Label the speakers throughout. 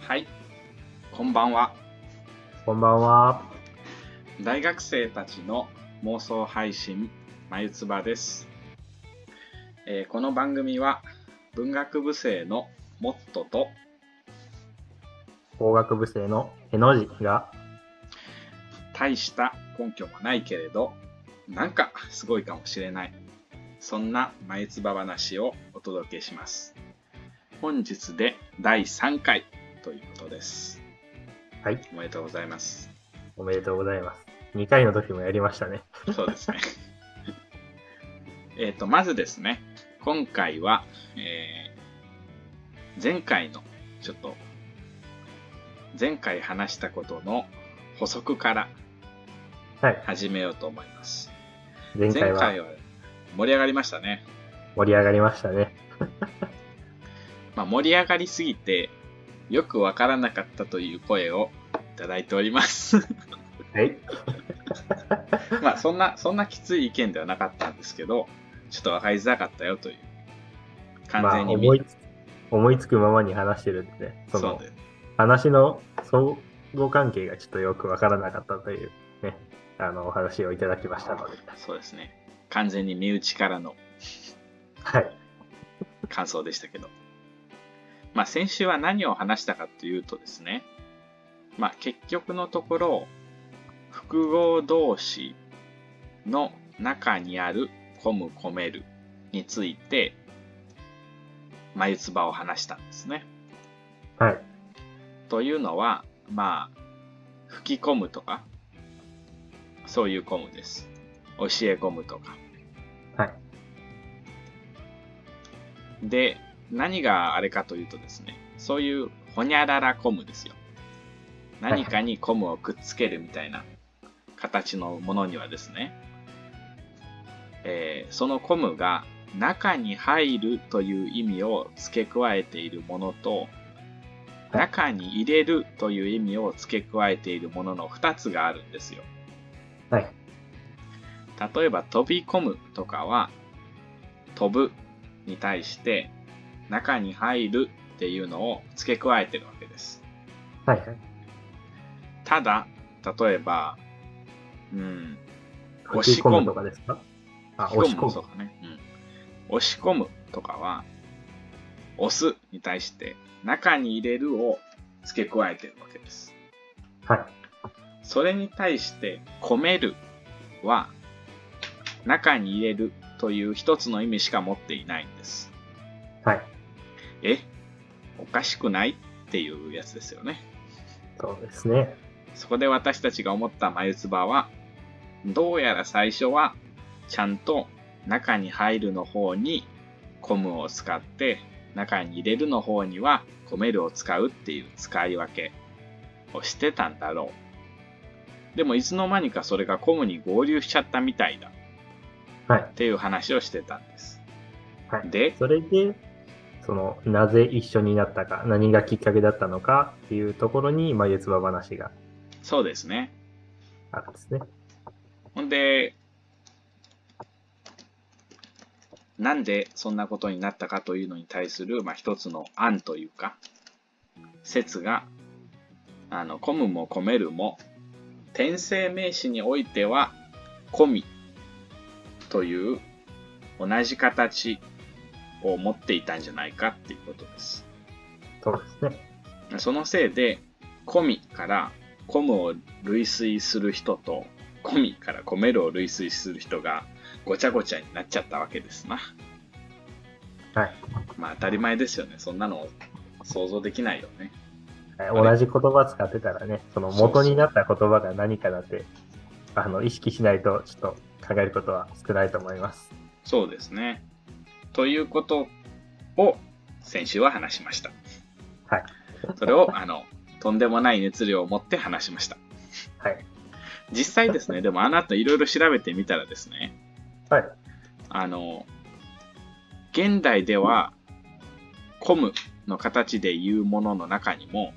Speaker 1: はい、こんばんは。
Speaker 2: こんばんは。
Speaker 1: 大学生たちの妄想配信、まゆつばです、えーこの番組は文学部生のモットと
Speaker 2: 工学部生のへの字が
Speaker 1: 大した根拠もないけれど、なんかすごいかもしれない。そんなまゆつば話をお届けします。本日で第3回ということです。
Speaker 2: はい、
Speaker 1: おめでとうございます。
Speaker 2: おめでとうございます。2回の時もやりましたね。
Speaker 1: そうですね。 えっと、まずですね、今回は、えー前回の、ちょっと、前回話したことの補足から
Speaker 2: はい、
Speaker 1: 始めようと思います。
Speaker 2: 前
Speaker 1: 前
Speaker 2: 回は
Speaker 1: 回は盛り上がりましたね。
Speaker 2: 盛り上がりましたね。
Speaker 1: まあ、盛り上がりすぎて、よくわからなかったという声をいただいております。
Speaker 2: はい、
Speaker 1: まあ、そんな、そんなきつい意見ではなかったんですけど、ちょっとわかりづらかったよという。完
Speaker 2: まあ
Speaker 1: 全にみ、
Speaker 2: 思いつ思いつくままに話してるんでね、そ
Speaker 1: そう
Speaker 2: の
Speaker 1: です。
Speaker 2: 話の相互関係がちょっとよくわからなかったというね、あのお話をいただきましたので、
Speaker 1: そうですね。完全に身内からの
Speaker 2: はい、
Speaker 1: 感想でしたけど。まあ先週は何を話したかというとですね、まあ結局のところ、複合動詞の中にある込む込めるについて、眉唾を話したんですね。
Speaker 2: はい、
Speaker 1: というのは、まあ、吹き込むとか、そういう込むです。教え込むとか。
Speaker 2: はい。
Speaker 1: で、何があれかというとですね、そういうほにゃらら込むですよ。何かに込むをくっつけるみたいな形のものにはですね、えーそのコムが中に入るという意味を付け加えているものと、
Speaker 2: はい
Speaker 1: 中に入れるという意味を付け加えているものの2つがあるんですよ。
Speaker 2: はい、
Speaker 1: 例えば飛び込むとかは飛ぶに対して中に入るっていうのを付け加えてるわけです。
Speaker 2: はい、はい。
Speaker 1: ただ、例えば、うん、押
Speaker 2: 吹
Speaker 1: し
Speaker 2: き
Speaker 1: 込む
Speaker 2: 込むとかですかあ、押し
Speaker 1: も
Speaker 2: 込
Speaker 1: そう
Speaker 2: む。
Speaker 1: かね。うん。押し込むとかは、押すに対して、中に入れるを付け加えてるわけです。
Speaker 2: はい、
Speaker 1: それに対して、込めるは、中に入れるという一つの意味しか持っていないんです。
Speaker 2: はい、
Speaker 1: えおかしくないっていうやつですよね。
Speaker 2: そうですね。
Speaker 1: そこで私たちが思った眉唾は、どうやら最初は、ちゃんと中に入るの方にコムを使って、中に入れるの方にはコメルを使うっていう使い分けをしてたんだろう。でもいつの間にかそれがコムに合流しちゃったみたいだっ
Speaker 2: はい。
Speaker 1: ていう話をしてたんです。
Speaker 2: はい
Speaker 1: で、
Speaker 2: それで、その、なぜ一緒になったか、何がきっかけだったのかっていうところに、まあ、四つ葉話が
Speaker 1: そうですね。
Speaker 2: あるんですね。
Speaker 1: ほんで、なんでそんなことになったかというのに対する、まあ、一つの案というか、説が、あの、込むも込めるも、転生名詞においては、込みという同じ形を持っていたんじゃないかっていうことです。
Speaker 2: そうですね。
Speaker 1: そのせいで、コミからコムを類推する人と、コミからコメルを類推する人がごちゃごちゃになっちゃったわけですな。
Speaker 2: はい。
Speaker 1: まあ当たり前ですよね。そんなの想像できないよね。
Speaker 2: はい同じ言葉使ってたらね、その元になった言葉が何かだって、あの、意識しないと、ちょっと考えることは少ないと思います。
Speaker 1: そうですね。ということを先週は話しました。
Speaker 2: はい。
Speaker 1: それを、あの、とんでもない熱量を持って話しました。
Speaker 2: はい。
Speaker 1: 実際ですね、でもあの後いろいろ調べてみたらですね、
Speaker 2: はい。
Speaker 1: あの、現代では、コムの形で言うものの中にも、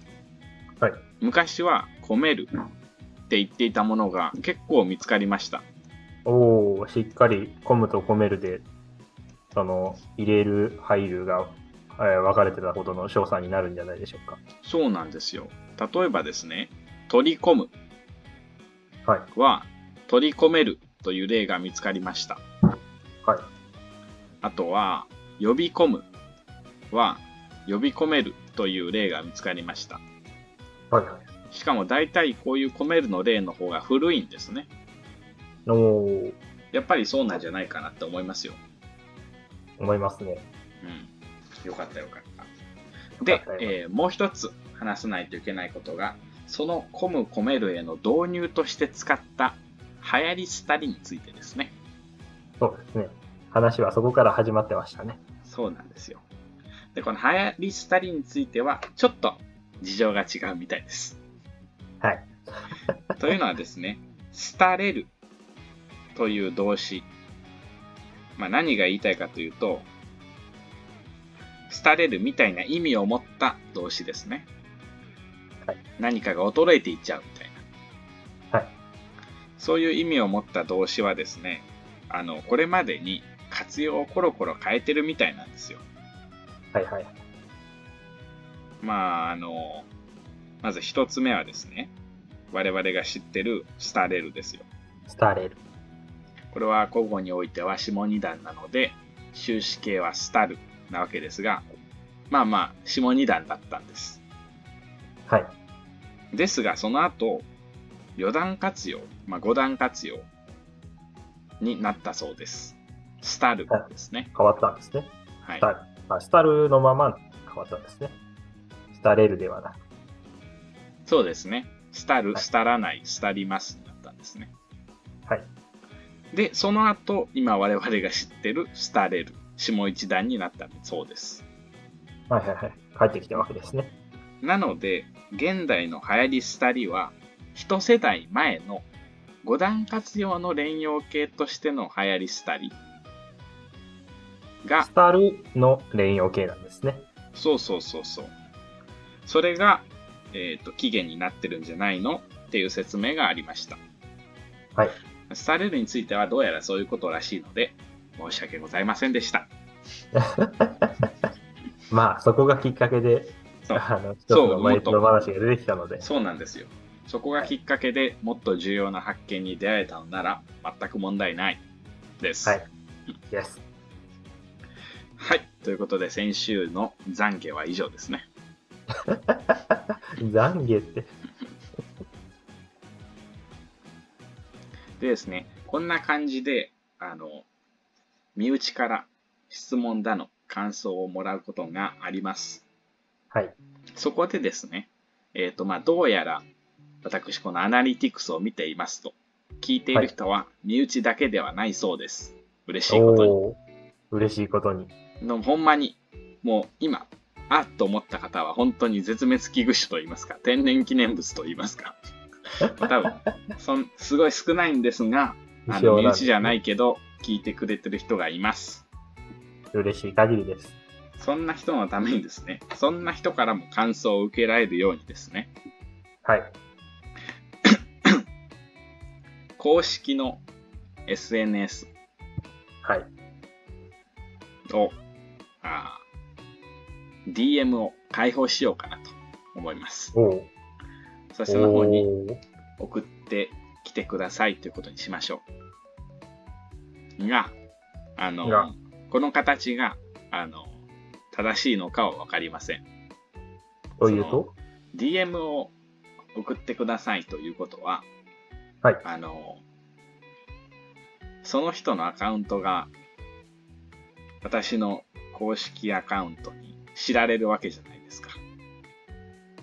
Speaker 2: はい
Speaker 1: 昔は込めるって言っていたものが結構見つかりました。
Speaker 2: おー、しっかり、込むと込めるで、その、入れる、入るがえー分かれてたほどの賞賛になるんじゃないでしょうか。
Speaker 1: そうなんですよ。例えばですね、取り込む
Speaker 2: はい。
Speaker 1: は取り込めるという例が見つかりました。
Speaker 2: はい。
Speaker 1: あとは、呼び込むは呼び込めるという例が見つかりました。
Speaker 2: はいはい。
Speaker 1: しかも大体こういう込めるの例の方が古いんですね。
Speaker 2: おー
Speaker 1: やっぱりそうなんじゃないかなって思いますよ。
Speaker 2: 思いますね。
Speaker 1: うん。よかったよかった。で、えーもう一つ話さないといけないことが、その込む込めるへの導入として使った流行り廃りについてですね。
Speaker 2: そうですね。話はそこから始まってましたね。
Speaker 1: そうなんですよ。で、この流行り廃りについては、ちょっと事情が違うみたいです。
Speaker 2: はい。
Speaker 1: というのはですね、廃れるという動詞。まあ何が言いたいかというと、廃れるみたいな意味を持った動詞ですね。
Speaker 2: はい
Speaker 1: 何かが衰えていっちゃうみたいな。
Speaker 2: はい
Speaker 1: そういう意味を持った動詞はですね、あの、これまでに活用をコロコロ変えてるみたいなんですよ。
Speaker 2: はいはい。
Speaker 1: まあ、あの、まず一つ目はですね、我々が知ってる廃れるですよ。
Speaker 2: 廃れる。
Speaker 1: これは古語においては下二段なので、終止形は廃るなわけですが、まあまあ、下二段だったんです。
Speaker 2: はい。
Speaker 1: ですが、その後、四段活用、まあ五段活用になったそうです。廃るですね。
Speaker 2: 変わったんですね。
Speaker 1: はい。
Speaker 2: 廃る。あ、廃るのまま変わったんですね。廃れるではなく。
Speaker 1: そうですね。廃る、
Speaker 2: はい
Speaker 1: 廃らない、廃りますになったんですね。
Speaker 2: はい。
Speaker 1: で、その後、今我々が知ってる廃れる、下一段になったそうです。
Speaker 2: はいはいはい。帰ってきたわけですね。
Speaker 1: なので、現代の流行り廃りは、一世代前の五段活用の連用形としての流行り廃りが、
Speaker 2: 廃るの連用形なんですね。
Speaker 1: そうそうそうそう。それが、えっ、と、起源になってるんじゃないのっていう説明がありました。
Speaker 2: はい。
Speaker 1: 廃れるについてはどうやらそういうことらしいので、申し訳ございませんでした。
Speaker 2: まあ、そこがきっかけで、
Speaker 1: そう
Speaker 2: あの、一つ
Speaker 1: そう
Speaker 2: のマイプロ話が出てきたので、
Speaker 1: そうなんですよ。そこがきっかけでもっと重要な発見に出会えたのなら全く問題ないです。
Speaker 2: はいです。
Speaker 1: はいということで先週の懺悔は以上ですね。
Speaker 2: 懺悔って、
Speaker 1: でですね、こんな感じで、あの、身内から質問だの感想をもらうことがあります。
Speaker 2: はい。
Speaker 1: そこでですね、えっ、と、まあ、どうやら私このアナリティクスを見ていますと、聞いている人は身内だけではないそうです。嬉しいことに。
Speaker 2: おー嬉しいことに。
Speaker 1: のほんまに、もう今、あっと思った方は本当に絶滅危惧種と言いますか、天然記念物と言いますか。まあ多分そん、すごい少ないんですが、あの、身内じゃないけど、聞いてくれてる人がいます。
Speaker 2: 嬉しい限りです。
Speaker 1: そんな人のためにですね、そんな人からも感想を受けられるようにですね、
Speaker 2: はい。
Speaker 1: 公式の SNS
Speaker 2: はい。
Speaker 1: を、あー DM を開放しようかなと思います。
Speaker 2: おー
Speaker 1: そしてその方に
Speaker 2: おー
Speaker 1: 送ってきてくださいということにしましょう。が、あの、
Speaker 2: が
Speaker 1: この形が、あの、正しいのかはわかりません。
Speaker 2: というと
Speaker 1: DM を送ってくださいということは、
Speaker 2: はい
Speaker 1: あの、その人のアカウントが、私の公式アカウントに知られるわけじゃないですか。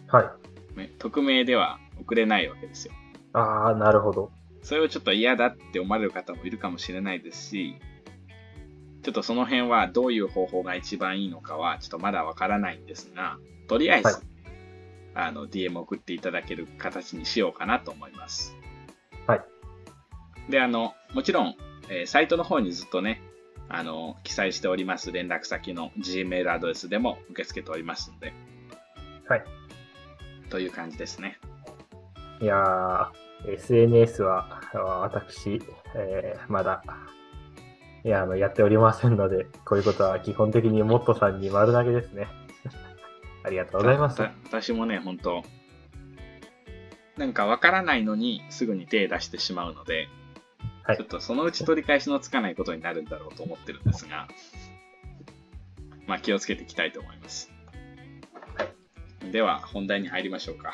Speaker 2: はい。
Speaker 1: ね匿名では送れないわけですよ。
Speaker 2: ああ、なるほど。
Speaker 1: それをちょっと嫌だって思われる方もいるかもしれないですし、ちょっとその辺はどういう方法が一番いいのかはちょっとまだわからないんですが、とりあえず、
Speaker 2: はい
Speaker 1: あの、DM 送っていただける形にしようかなと思います。
Speaker 2: はい。
Speaker 1: で、あの、もちろん、えーサイトの方にずっとね、あの、記載しております連絡先の Gmail アドレスでも受け付けておりますので。
Speaker 2: はい。
Speaker 1: という感じですね。
Speaker 2: いやー、SNS はあー私、えーまだいや、あの、やっておりませんので、こういうことは基本的にモットさんに丸投げですね。 ありがとうございます
Speaker 1: た。た私もね、本当なんかわからないのにすぐに手出してしまうので、
Speaker 2: はい
Speaker 1: ちょっとそのうち取り返しのつかないことになるんだろうと思ってるんですが、まあ気をつけていきたいと思います。では、本題に入りましょうか。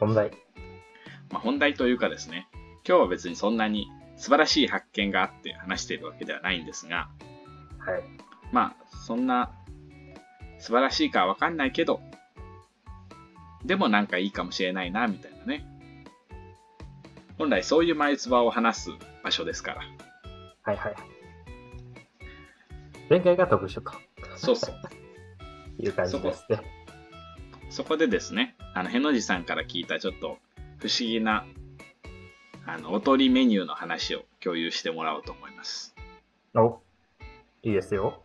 Speaker 2: 本題。
Speaker 1: まあ、本題というかですね、今日は別にそんなに素晴らしい発見があって話しているわけではないんですが、
Speaker 2: はい。
Speaker 1: まあ、そんな素晴らしいかは分かんないけど、でもなんかいいかもしれないな、みたいなね。本来そういう眉唾を話す場所ですから。
Speaker 2: はいはい。前回が特殊と
Speaker 1: そうそう。
Speaker 2: いう感じですね。
Speaker 1: そこでですね、あの、へのじさんから聞いたちょっと不思議な、あの、おとりメニューの話を共有してもらおうと思います。
Speaker 2: お、いいですよ。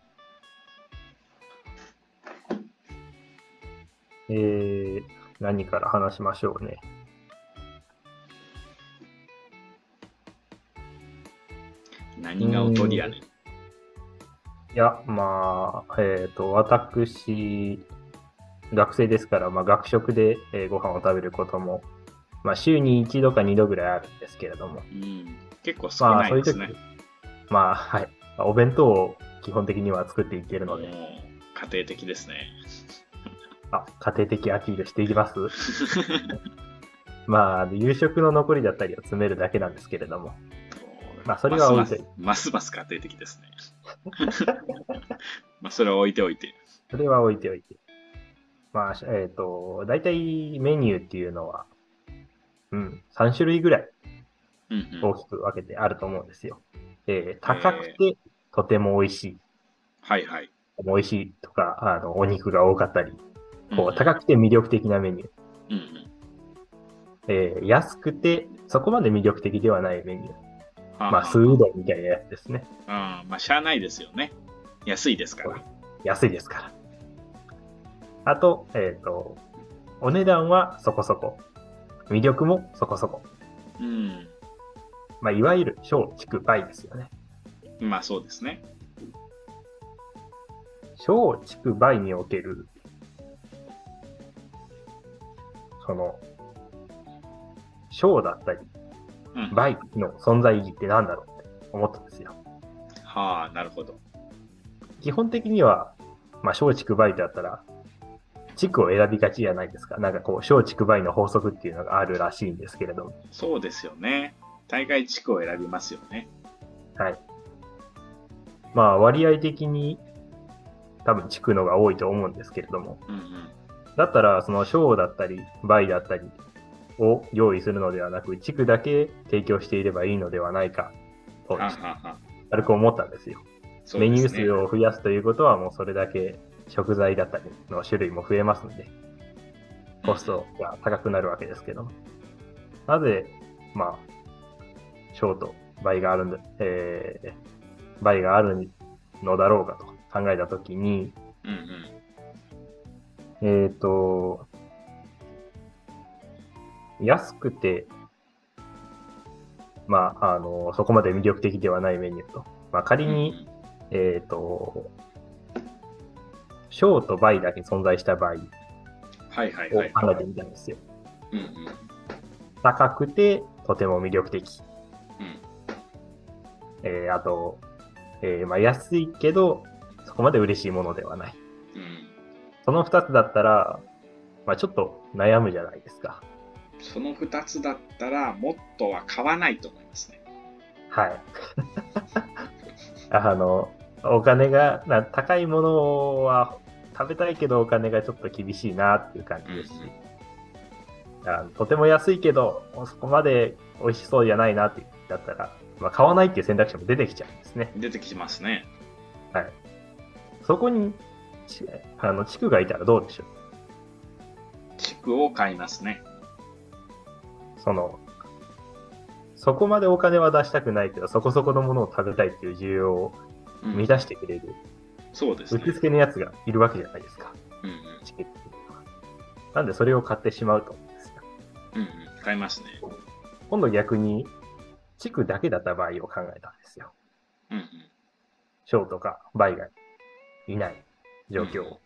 Speaker 2: えー、何から話しましょうね。
Speaker 1: 何がおとりやねん。
Speaker 2: いや、まあ、えっ、と、私、学生ですから、まあ、学食で、えーご飯を食べることも、まあ、週に1度か2度ぐらいあるんですけれども、
Speaker 1: うん。結構少
Speaker 2: まあ、
Speaker 1: な
Speaker 2: そう
Speaker 1: い
Speaker 2: い
Speaker 1: うです
Speaker 2: 時
Speaker 1: ね。、
Speaker 2: まあ、はい、まあお弁当を基本的には作っていける
Speaker 1: も
Speaker 2: の
Speaker 1: う
Speaker 2: で、
Speaker 1: 家庭的ですね。
Speaker 2: あ、家庭的アピールしていき ます。まあ、夕食の残りだったりを詰めるだけなんですけれども、まあそれは置いといて
Speaker 1: ますますますます家庭的ですね。 まあそれは置いておいて。
Speaker 2: それは置いておいて。まあ、えっ、と、大体メニューっていうのは、うん、3種類ぐらい
Speaker 1: うんうん、
Speaker 2: 大きく分けてあると思うんですよ。えー高くてとても美味しい。
Speaker 1: はいはい。
Speaker 2: 美味しいとか、あの、お肉が多かったり、こう、
Speaker 1: く、
Speaker 2: 高くて魅力的なメニュー。
Speaker 1: うんうん
Speaker 2: えー安くて、そこまで魅力的ではないメニュー。
Speaker 1: あ
Speaker 2: まあ、スーうどんみたいなやつですね。
Speaker 1: あまあ、しゃあないですよね。安いですから。
Speaker 2: 安いですから。あと、えっ、と、お値段はそこそこ。魅力もそこそこ。
Speaker 1: うん。
Speaker 2: まあ、いわゆる小畜梅ですよね。
Speaker 1: まあそうですね。
Speaker 2: 小畜梅における、その、小だったり、
Speaker 1: うん、は
Speaker 2: 梅の存在意義って何だろうって思ったんですよ。
Speaker 1: あ、なるほど。
Speaker 2: 基本的には、まあ、小畜梅だったら、地区を選びがちじゃないですか。なんかこう、小畜梅の法則っていうのがあるらしいんですけれども。
Speaker 1: そうですよね。大概地区を選びますよね。
Speaker 2: はい。まあ、割合的に、多分地区のが多いと思うんですけれども。
Speaker 1: うんうん。
Speaker 2: だったら、その賞だったり、倍だったりを用意するのではなく、地区だけ提供していればいいのではないかと、
Speaker 1: はあはあはあ
Speaker 2: 軽く思ったんですよ。
Speaker 1: そう
Speaker 2: メ
Speaker 1: で
Speaker 2: ニュ
Speaker 1: す
Speaker 2: ー数を増やすということは、もうそれだけ食材だったりの種類も増えますので、コストが高くなるわけですけど、なぜ、まあ、賞と倍があるんだ、えー、倍があるのだろうかと考えたときに、
Speaker 1: うんうん。
Speaker 2: えっ、と、安くて、まあ、あの、そこまで魅力的ではないメニューと。まあ、仮に、えっ、と、小と倍だけ存在した場合を
Speaker 1: うんうん、はいはいはい。
Speaker 2: 考えてみたんですよ。
Speaker 1: うんうん。
Speaker 2: 高くて、とても魅力的。
Speaker 1: うん
Speaker 2: えーあと、えーまあ、安いけど、そこまで嬉しいものではない。
Speaker 1: うん
Speaker 2: その二つだったら、まあ、ちょっと悩むじゃないですか。
Speaker 1: その2つだったら、もっとは買わないと思いますね。
Speaker 2: はい。 あの、お金が、な高いものは食べたいけどお金がちょっと厳しいなっていう感じですし、あとても安いけど、そこまで美味しそうじゃないなってだったら、まあ、買わないっていう選択肢も出てきちゃうんですね。
Speaker 1: 出てきますね。
Speaker 2: そこに、ちあの、地区がいたらどうでしょう
Speaker 1: 地区を買いますね。
Speaker 2: その、そこまでお金は出したくないけど、そこそこのものを食べたいっていう需要を
Speaker 1: うん
Speaker 2: 満たしてくれる、
Speaker 1: そうです
Speaker 2: 受
Speaker 1: ね。
Speaker 2: け付けのやつがいるわけじゃないですか。
Speaker 1: うんうん
Speaker 2: チケットっていうのはなんでそれを買ってしまうと思うんですよ。
Speaker 1: うんうん、買いますね。
Speaker 2: 今度逆に、地区だけだった場合を考えたんですよ。
Speaker 1: うんうん。
Speaker 2: ショートかバイがいない状況。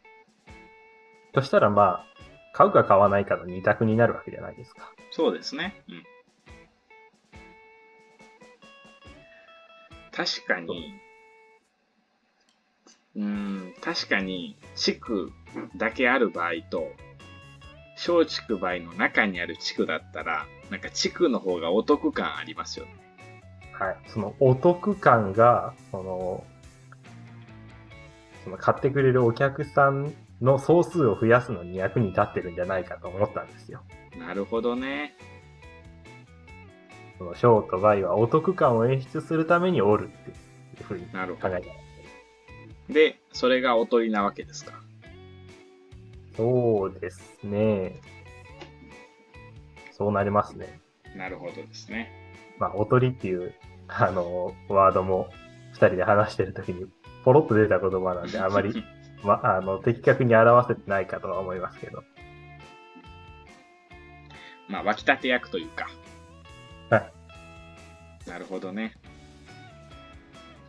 Speaker 2: そしたらまあ、買うか買わないかの二択になるわけじゃないですか。
Speaker 1: そうですね。うん。確かに、うん、確かに、地区だけある場合と、小畜梅の中にある地区だったら、なんか地区の方がお得感ありますよね。
Speaker 2: はい。そのお得感が、その、その買ってくれるお客さんの総数を増やすのに役に立ってるんじゃないかと思ったんですよ。
Speaker 1: なるほどね。
Speaker 2: そのショートバイはお得感を演出するために折るっていうふうに考
Speaker 1: なる
Speaker 2: え
Speaker 1: ほ
Speaker 2: た
Speaker 1: ど
Speaker 2: ん。です。
Speaker 1: で、それがおとりなわけですか。
Speaker 2: そうですね。そうなりますね。
Speaker 1: なるほどですね。
Speaker 2: まあ、おとりっていう、あの、ワードも、二人で話してるときに、ポロッと出た言葉なんで、あまり、まあ、あの、的確に表せてないかとは思いますけど。
Speaker 1: まあ、湧き立て役というか。。
Speaker 2: はい
Speaker 1: なるほどね。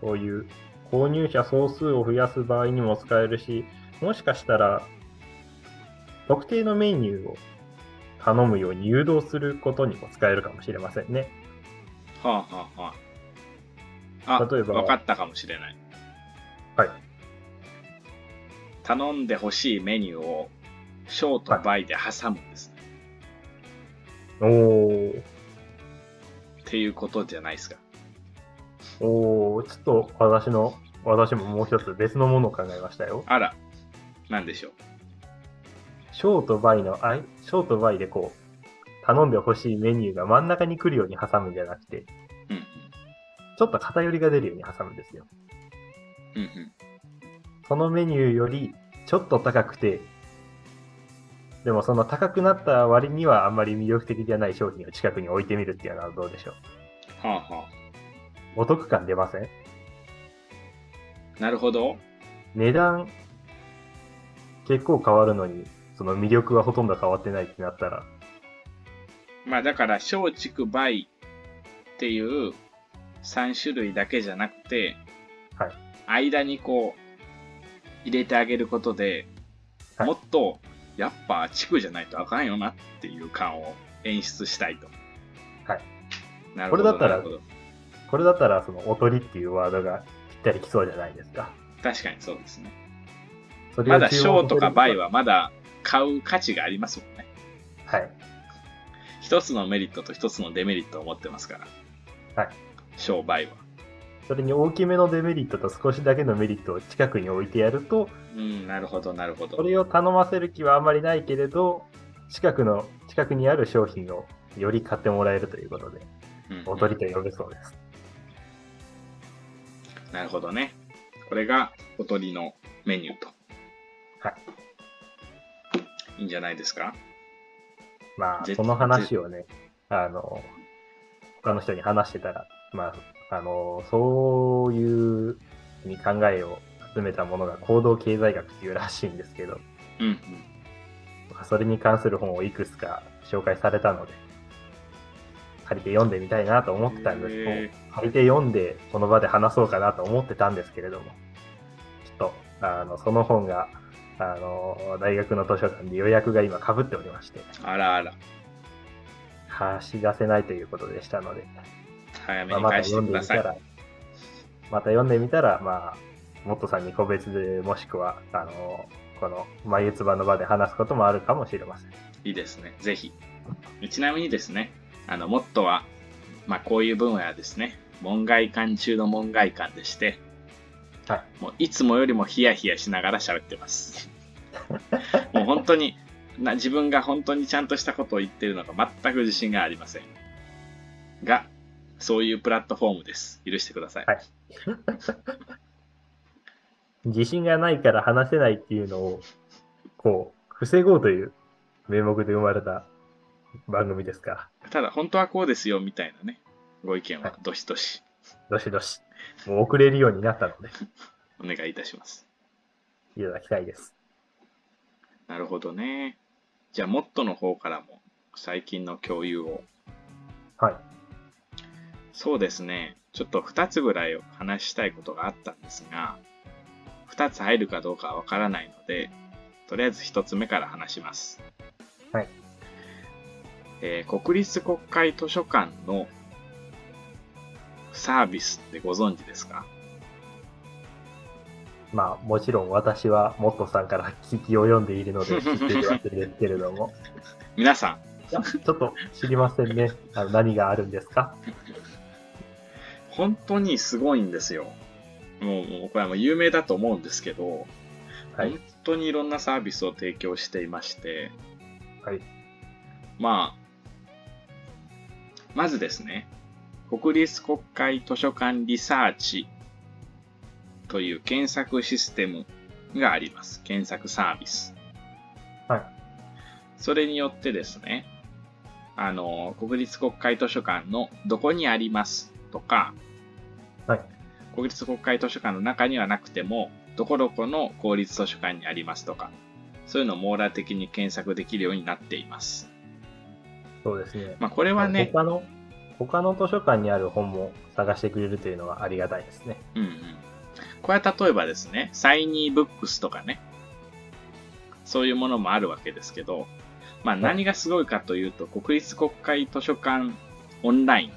Speaker 2: そういう購入者総数を増やす場合にも使えるし、もしかしたら、特定のメニューを頼むように誘導することにも使えるかもしれませんね。
Speaker 1: はあはあはあ。あ、
Speaker 2: 例えば
Speaker 1: 分かったかもしれない。
Speaker 2: はい。
Speaker 1: 頼んでほしいメニューを、ショートバイで挟むんですね。
Speaker 2: お
Speaker 1: っていうことじゃないですか。
Speaker 2: ー、おー、ちょっと私の、私ももう一つ別のものを考えましたよ。
Speaker 1: あら、なんでしょう。
Speaker 2: ショートバイの、あいショートバイでこう、頼んでほしいメニューが真ん中に来るように挟むんじゃなくて、
Speaker 1: うん
Speaker 2: ちょっと偏りが出るように挟むんですよ。
Speaker 1: うん。うんうん。
Speaker 2: そのメニューよりちょっと高くて、でもその高くなった割にはあんまり魅力的じゃない商品を近くに置いてみるっていうのはどうでしょう。
Speaker 1: はあは
Speaker 2: お得感出ません
Speaker 1: あ。なるほど。
Speaker 2: 値段結構変わるのに、その魅力はほとんど変わってないってなったら、
Speaker 1: まあだから、松竹梅っていう3種類だけじゃなくて、
Speaker 2: はい
Speaker 1: 間にこう、入れてあげることで、
Speaker 2: はい
Speaker 1: もっと、やっぱ地区じゃないとあかんよなっていう感を演出したいと。
Speaker 2: はい。
Speaker 1: なるほど。
Speaker 2: これだったら
Speaker 1: なるほど
Speaker 2: これだったらそのおとりっていうワードがぴったりきそうじゃないですか。
Speaker 1: 確かにそうですね。
Speaker 2: それを
Speaker 1: まだショーとかバイ
Speaker 2: は。
Speaker 1: はまだ買う価値がありますもんね。
Speaker 2: はい。
Speaker 1: 一つのメリットと一つのデメリットを持ってますから。
Speaker 2: はい。
Speaker 1: 商売は。
Speaker 2: それに大きめのデメリットと少しだけのメリットを近くに置いてやると、
Speaker 1: うん、なるほど、なるほど。
Speaker 2: それを頼ませる気はあまりないけれど、近くの、近くにある商品をより買ってもらえるということで、
Speaker 1: うん
Speaker 2: おとりと呼べそうです。
Speaker 1: なるほどね。これがおとりのメニューと。。
Speaker 2: は
Speaker 1: い
Speaker 2: い
Speaker 1: いんじゃないですか
Speaker 2: ま
Speaker 1: ぜ
Speaker 2: あ、この話をね、あの、他の人に話してたら、まあ、あの、そういうふうに考えを集めたものが行動経済学っていうらしいんですけど、
Speaker 1: うんうん。
Speaker 2: まあそれに関する本をいくつか紹介されたので、借りて読んでみたいなと思ってたんですけど、
Speaker 1: へ
Speaker 2: 借りて読んでこの場で話そうかなと思ってたんですけれどもちょっとあのその本があの大学の図書館で予約が今かぶっておりまして
Speaker 1: ーあらあら。
Speaker 2: 貸し出せないということでしたので、
Speaker 1: 早め
Speaker 2: まあ
Speaker 1: に
Speaker 2: また
Speaker 1: 返して
Speaker 2: 読
Speaker 1: く
Speaker 2: んで
Speaker 1: だ
Speaker 2: み
Speaker 1: さ
Speaker 2: た
Speaker 1: い。
Speaker 2: らまた読んでみたらまあもっとさんに個別でもしくはあのこの眉唾の場で話すこともあるかもしれません
Speaker 1: いいですね。ぜひ。ちなみにですね、あの、モットーは、まあ、こういう分野はですね、門外観中の門外観でして、
Speaker 2: はい
Speaker 1: もういつもよりもヒヤヒヤしながら喋って ます。もう本当にな、自分が本当にちゃんとしたことを言ってるのか全く自信がありません。が、そういうプラットフォームです。許してください。
Speaker 2: はい自信がないから話せないっていうのをこう防ごうという名目で生まれた番組ですから
Speaker 1: ただ、本当はこうですよ、みたいなね、ご意見はどしどし
Speaker 2: どしどし、もう送れるようになったので、
Speaker 1: お願いいたします。
Speaker 2: いただきたいです。
Speaker 1: なるほどね。じゃあ、モットの方からも最近の共有を。
Speaker 2: はい。
Speaker 1: そうですね。ちょっと2つぐらいを話したいことがあったんですが、2つ入るかどうかはわからないので、とりあえず1つ目から話します。
Speaker 2: はい。
Speaker 1: えー国立国会図書館のサービスってご存知ですか
Speaker 2: まあ、もちろん私はモットさんから聞きを読んでいるので知っているわけですけれども、
Speaker 1: 皆さん、
Speaker 2: いやちょっと知りませんね。あの何があるんですか
Speaker 1: 本当にすごいんですよ。もう、もうこれはもう有名だと思うんですけど、
Speaker 2: はい
Speaker 1: 本。当にいろんなサービスを提供していまして、
Speaker 2: はい。
Speaker 1: まあ、まずですね、国立国会図書館リサーチという検索システムがあります。検索サービス。
Speaker 2: はい。
Speaker 1: それによってですね、あの、国立国会図書館のどこにありますとか、
Speaker 2: はい。
Speaker 1: 国立国会図書館の中にはなくても、どこどこの公立図書館にありますとか、そういうのを網羅的に検索できるようになっています。
Speaker 2: そうですね。
Speaker 1: まあ、これはね、
Speaker 2: 他の、他の図書館にある本も探してくれるというのはありがたいですね。
Speaker 1: うんうん。これは例えばですね、サイニーブックスとかね、そういうものもあるわけですけど、まあ
Speaker 2: い
Speaker 1: 何がすごいかというと、国立国会図書館オンライン。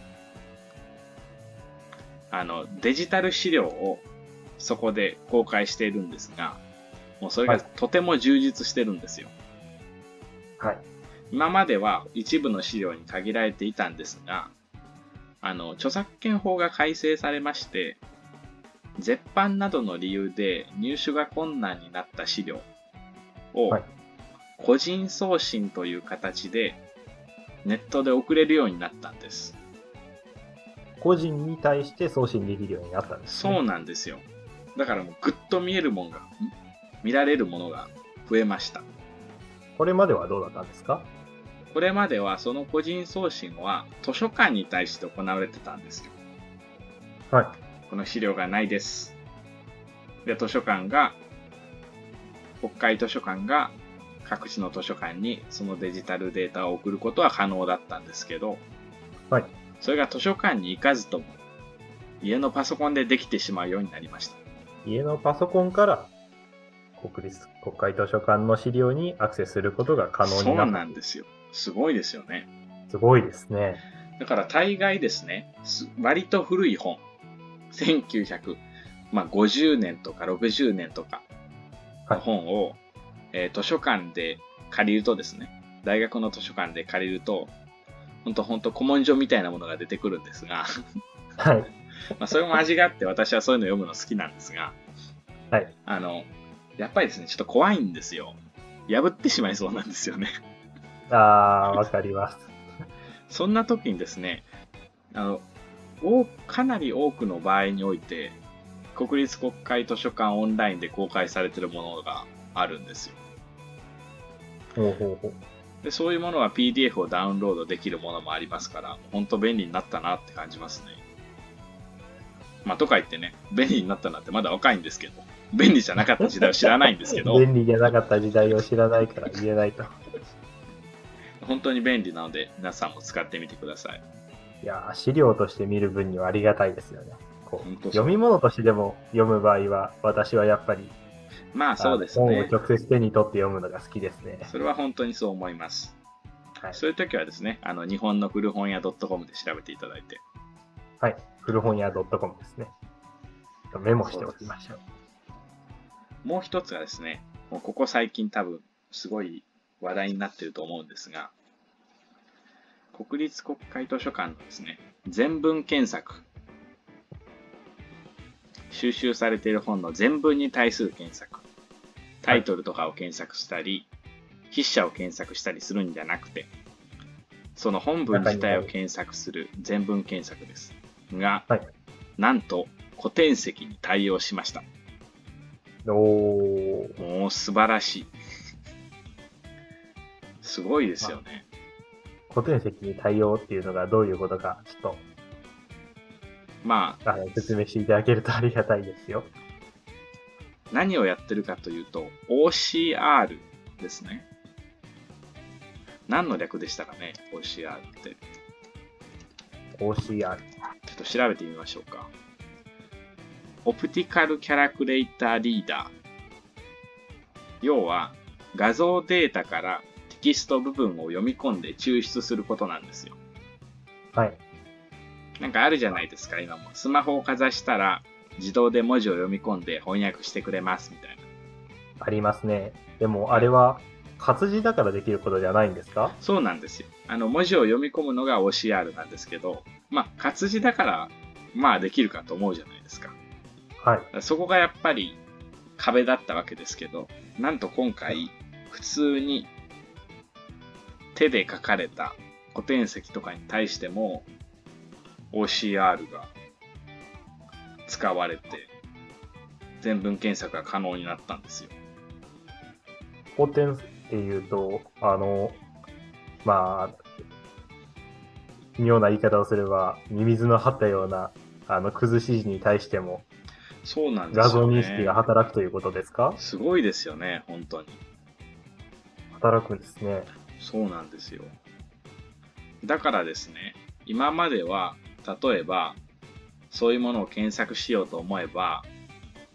Speaker 1: あの、デジタル資料をそこで公開しているんですが、もうそれが
Speaker 2: はい
Speaker 1: とても充実してるんですよ。
Speaker 2: はい。
Speaker 1: 今までは一部の資料に限られていたんですが、あの、著作権法が改正されまして、絶版などの理由で入手が困難になった資料を
Speaker 2: はい
Speaker 1: 個人送信という形でネットで送れるようになったんです。
Speaker 2: 個人に対して送信できるようになったんです、ね。
Speaker 1: そうなんですよ。だからもうぐっと見えるもんが、ん見られるものが増えました。
Speaker 2: これまではどうだったんですか
Speaker 1: これまではその個人送信は図書館に対して行われてたんですよ。
Speaker 2: はい。
Speaker 1: この資料がないです。で、図書館が、国会図書館が各地の図書館にそのデジタルデータを送ることは可能だったんですけど、
Speaker 2: はい。
Speaker 1: それが図書館に行かずとも、家のパソコンでできてしまうようになりました。
Speaker 2: 家のパソコンから国立国会図書館の資料にアクセスすることが可能
Speaker 1: そ
Speaker 2: に
Speaker 1: う
Speaker 2: な
Speaker 1: な
Speaker 2: っ
Speaker 1: んですよ。すごいですよね。
Speaker 2: た。すごいですね。
Speaker 1: だから大概ですね、す割と古い本、1950、まあ、50年とか60年とか
Speaker 2: は
Speaker 1: の
Speaker 2: い
Speaker 1: 本を、えー図書館で借りるとですね、大学の図書館で借りると、ほんとほんと古文書みたいなものが出てくるんですが、
Speaker 2: はい。
Speaker 1: まあそれも味があって私はそういうの読むの好きなんですが、
Speaker 2: はい
Speaker 1: あの、やっぱりですね、ちょっと怖いんですよ。破ってしまいそうなんですよね。
Speaker 2: あー、わかります。
Speaker 1: そんな時にですね、あの、おかなり多くの場合において、国立国会図書館オンラインで公開されているものがあるんですよ。
Speaker 2: ほうほうほう。
Speaker 1: で、そういうものは PDF をダウンロードできるものもありますから、本当便利になったなって感じますね。まあ、とか言ってね、便利になったなってまだ若いんですけど、便利じゃなかった時代を知らないんです けど、
Speaker 2: 便利じゃなかった時代を知らないから言えないと。
Speaker 1: 本当に便利なので、皆さんも使ってみてください。
Speaker 2: いやー、資料として見る分にはありがたいですよね。こ
Speaker 1: 本当
Speaker 2: う
Speaker 1: そう
Speaker 2: 読み物としてでも読む場合は、私はやっぱり
Speaker 1: まあ、そうです
Speaker 2: あの
Speaker 1: ね。
Speaker 2: 本を直接手に取って読むのが好きですね。
Speaker 1: それは本当にそう思います。
Speaker 2: はい。
Speaker 1: そういう時はですね、あの日本の古本屋 .com で調べていただいて、
Speaker 2: はい、古本屋 .com ですね。メモしておきましょう。
Speaker 1: もう一つがですね、もうここ最近多分すごい話題になってると思うんですが、国立国会図書館のですね、全文検索。収集されている本の全文に対する検索。タイトルとかを検索したり、筆者を検索したりするんじゃなくて、その本文自体を検索する全文検索です。が、
Speaker 2: はい
Speaker 1: なんと古典籍に対応しました。
Speaker 2: おー
Speaker 1: もう素晴らしい。すごいですよね。
Speaker 2: 古典籍に対応っていうのがどういうことか、ちょっ
Speaker 1: まあ、
Speaker 2: とあの説明していただけるとありがたいですよ。
Speaker 1: 何をやってるかというと、OCR ですね。何の略でしたかね、OCR って。
Speaker 2: OCR。
Speaker 1: ちょっと調べてみましょうか。オプティカルキャラクレーターリーダー。要は、画像データからテキスト部分を読み込んで抽出することなんですよ。
Speaker 2: はい。
Speaker 1: なんかあるじゃないですか、今も。スマホをかざしたら、自動で文字を読み込んで翻訳してくれます、みたいな。
Speaker 2: ありますね。でも、あれは活字だからできることじゃないんですか
Speaker 1: そうなんですよ。あの、文字を読み込むのが OCR なんですけど、まあ、活字だから、まあ、できるかと思うじゃないですか。
Speaker 2: はい。
Speaker 1: そこがやっぱり壁だったわけですけど、なんと今回、普通に手で書かれた古典石とかに対しても OCR が使われて、全文検索が可能になったんですよ。
Speaker 2: コンテンツっていうと、あの、まあ、妙な言い方をすれば、ミミズの張ったような、あの、崩し字に対しても、
Speaker 1: そうなんで
Speaker 2: 画
Speaker 1: す
Speaker 2: 像
Speaker 1: よ、
Speaker 2: 認識
Speaker 1: ね
Speaker 2: が。働くということですか
Speaker 1: すごいですよね、本当に。
Speaker 2: 働くんですね。
Speaker 1: そうなんですよ。だからですね、今までは、例えば、そういうものを検索しようと思えば、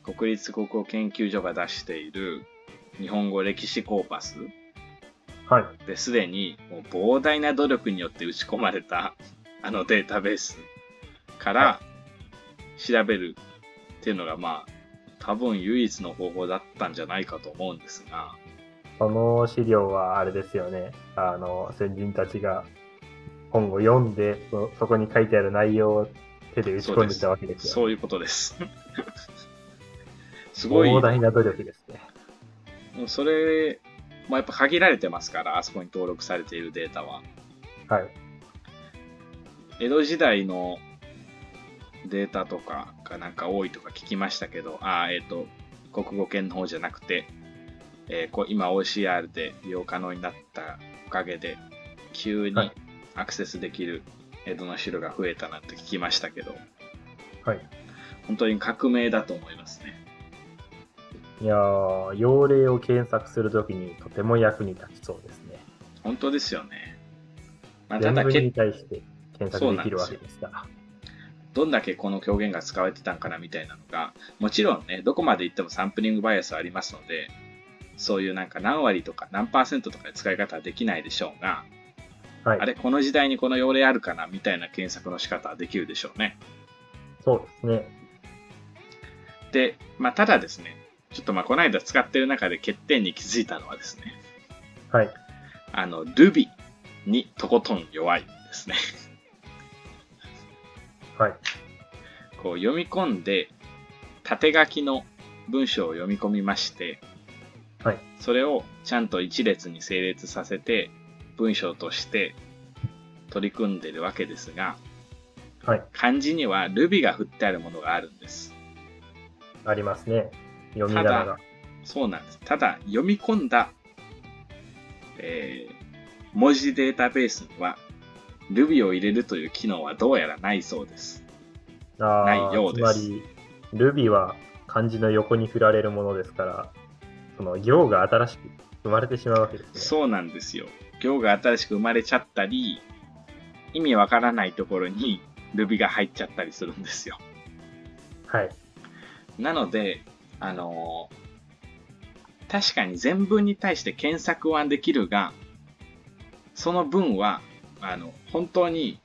Speaker 1: 国立国語研究所が出している日本語歴史コーパス
Speaker 2: はい。
Speaker 1: ですでにもう膨大な努力によって打ち込まれた あのデータベースから調べるっていうのがまあ多分唯一の方法だったんじゃないかと思うんですが、
Speaker 2: その資料はあれですよね。あの、先人たちが本を読んで、そそこに書いてある内容を手で打ち込んでたわけですよ。
Speaker 1: そういうことです。 すごい、
Speaker 2: 膨大な努力ですね。
Speaker 1: それ、まあ、やっぱ限られてますから、あそこに登録されているデータは。
Speaker 2: はい。
Speaker 1: 江戸時代のデータとかがなんか多いとか聞きましたけど、ああ、えっ、と、国語圏の方じゃなくて、えーこう今 OCR で利用可能になったおかげで、急
Speaker 2: は
Speaker 1: に
Speaker 2: い
Speaker 1: アクセスできる江戸の城が増えたなんて聞きましたけど、
Speaker 2: はい。
Speaker 1: 本当に革命だと思いますね。
Speaker 2: いやー、用例を検索するときにとても役に立ちそうですね。
Speaker 1: 本当ですよね。まあ、た
Speaker 2: 全
Speaker 1: だ
Speaker 2: 文
Speaker 1: け、
Speaker 2: に対して検
Speaker 1: そう
Speaker 2: 索
Speaker 1: なんですよ
Speaker 2: できるわけですから。
Speaker 1: どんだけこの表現が使われてたんかなみたいなのが、もちろんね、どこまで行ってもサンプリングバイアスはありますので、そういうなんか何割とか何パーセントとかで使い方はできないでしょうが、
Speaker 2: はい。
Speaker 1: あれ、この時代にこの用例あるかなみたいな検索の仕方はできるでしょうね。
Speaker 2: そうですね。
Speaker 1: で、まあ、ただですね、ちょっとまあ、この間使ってる中で欠点に気づいたのはですね、
Speaker 2: はい。
Speaker 1: あの、Ruby にとことん弱いですね。
Speaker 2: はい。
Speaker 1: こう読み込んで、縦書きの文章を読み込みまして、
Speaker 2: はい
Speaker 1: それをちゃんと一列に整列させて、文章として取り組んでるわけですが、
Speaker 2: はい。
Speaker 1: 漢字には Ruby が振ってあるものがあるんです。
Speaker 2: ありますね。読み
Speaker 1: た
Speaker 2: 仮名が
Speaker 1: だ。、そうなんです。ただ、読み込んだ、えー文字データベースには Ruby を入れるという機能はどうやらないそうです。
Speaker 2: あー
Speaker 1: ないよう
Speaker 2: つ
Speaker 1: で
Speaker 2: ますり、Ruby は漢字の横に振られるものですから、その行が新しく生まれてしまうわけですね。
Speaker 1: そうなんですよ。行が新しく生まれちゃったり、意味わからないところに Ruby が入っちゃったりするんですよ。
Speaker 2: はい。
Speaker 1: なので、あのー確かに全文に対して検索はできるが、その文は、あの、本当に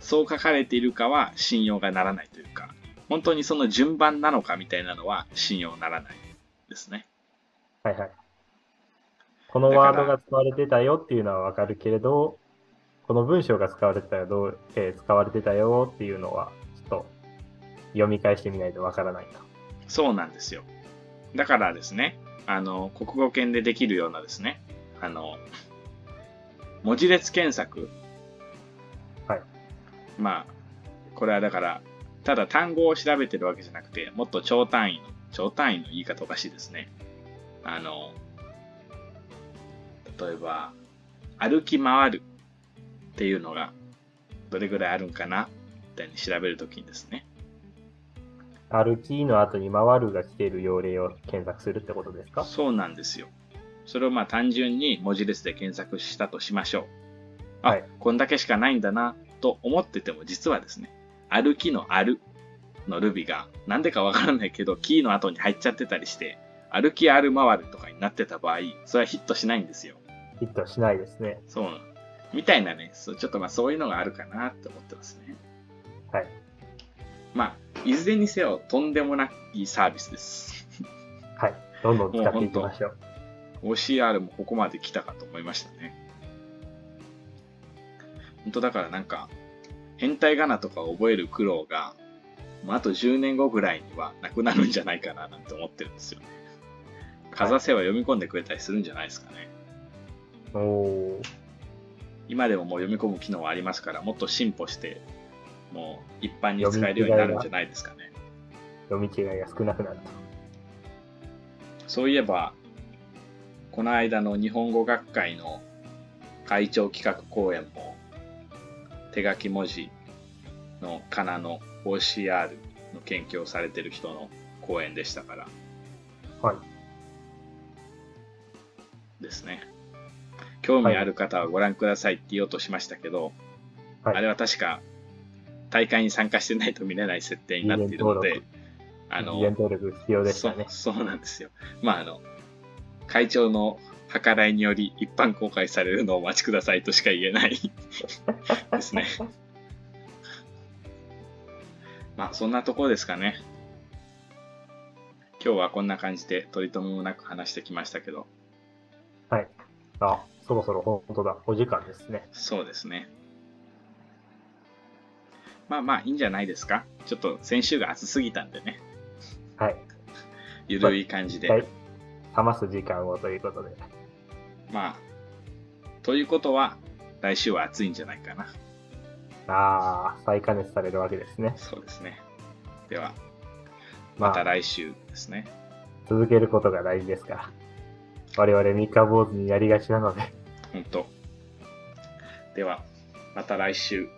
Speaker 1: そう書かれているかは信用がならないというか、本当にその順番なのかみたいなのは信用ならないですね。
Speaker 2: はいはい。このワードが使われてたよっていうのはわかるけれど、この文章が使われてたよどう、えー使われてたよっていうのは、ちょっと読み返してみないとわからないと。
Speaker 1: そうなんですよ。だからですね、あの、国語圏でできるようなですね、あの、文字列検索。
Speaker 2: はい。
Speaker 1: まあ、これはだから、ただ単語を調べてるわけじゃなくて、もっと超単位の、超単位の言い方おかしいですね。あの、例えば、歩き回るっていうのが、どれぐらいあるんかなみたいに調べるときにですね、
Speaker 2: 歩きの後に回るが来ている用例を検索するってことですか
Speaker 1: そうなんですよ。それをまあ単純に文字列で検索したとしましょう。あ、
Speaker 2: はい
Speaker 1: こんだけしかないんだなと思ってても実はですね、歩きのあるのルビが、なんでかわからないけど、キーの後に入っちゃってたりして、歩きある回るとかになってた場合、それはヒットしないんですよ。
Speaker 2: ヒットしないですね。
Speaker 1: そうなの。みたいなね、そうちょっとまあそういうのがあるかなって思ってますね。
Speaker 2: はい。
Speaker 1: まあ、いずれにせよ、とんでもないサービスです。
Speaker 2: はい。どんどん使っていきましょう。
Speaker 1: OCR もここまで来たかと思いましたね。本当だからなんか、変態仮名とかを覚える苦労が、まあ、あと10年後ぐらいにはなくなるんじゃないかななんて思ってるんですよね。かざせは読み込んでくれたりするんじゃないですかね。
Speaker 2: おおー
Speaker 1: 今でももう読み込む機能はありますから、もっと進歩して、もう一般に使えるようになるんじゃないですかね。
Speaker 2: 読み違いが少なくなると。
Speaker 1: そういえば、この間の日本語学会の会長企画講演も、手書き文字のかなの OCR の研究をされてる人の講演でしたから
Speaker 2: はい。
Speaker 1: ですね。興味ある方はご覧くださいって言おうとしましたけど、
Speaker 2: はい
Speaker 1: あれは確か大会に参加してないと見れない設定になっているの
Speaker 2: 事
Speaker 1: であ
Speaker 2: 前登録、
Speaker 1: の
Speaker 2: 事、前登録必要でしたね。
Speaker 1: そうそうなんですよ。まあ、あの、会長の計らいにより一般公開されるのをお待ちくださいとしか言えないですね。 まあ、そんなところですかね。今日はこんな感じで取り留めもなく話してきましたけど、
Speaker 2: はい。あ、そろそろ本当だ。お時間ですね。
Speaker 1: そうですね。まあまあいいんじゃないですか。ちょっと先週が暑すぎたんでね、
Speaker 2: はい。
Speaker 1: ゆるい感じで。
Speaker 2: はい。冷ます時間をということで。
Speaker 1: まあ、ということは、来週は暑いんじゃないかな。
Speaker 2: ああ、再加熱されるわけですね。
Speaker 1: そうですね。では、ま
Speaker 2: ま
Speaker 1: た
Speaker 2: あ、
Speaker 1: 来週ですね。
Speaker 2: 続けることが大事ですから。我々三日坊主にやりがちなので、
Speaker 1: 本当。では、また来週、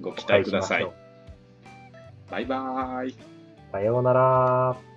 Speaker 1: ご期
Speaker 2: 期
Speaker 1: 待
Speaker 2: 待し
Speaker 1: く
Speaker 2: ま
Speaker 1: だ
Speaker 2: し
Speaker 1: さ
Speaker 2: ょ
Speaker 1: い。
Speaker 2: う。
Speaker 1: バイバーイ。
Speaker 2: さようなら。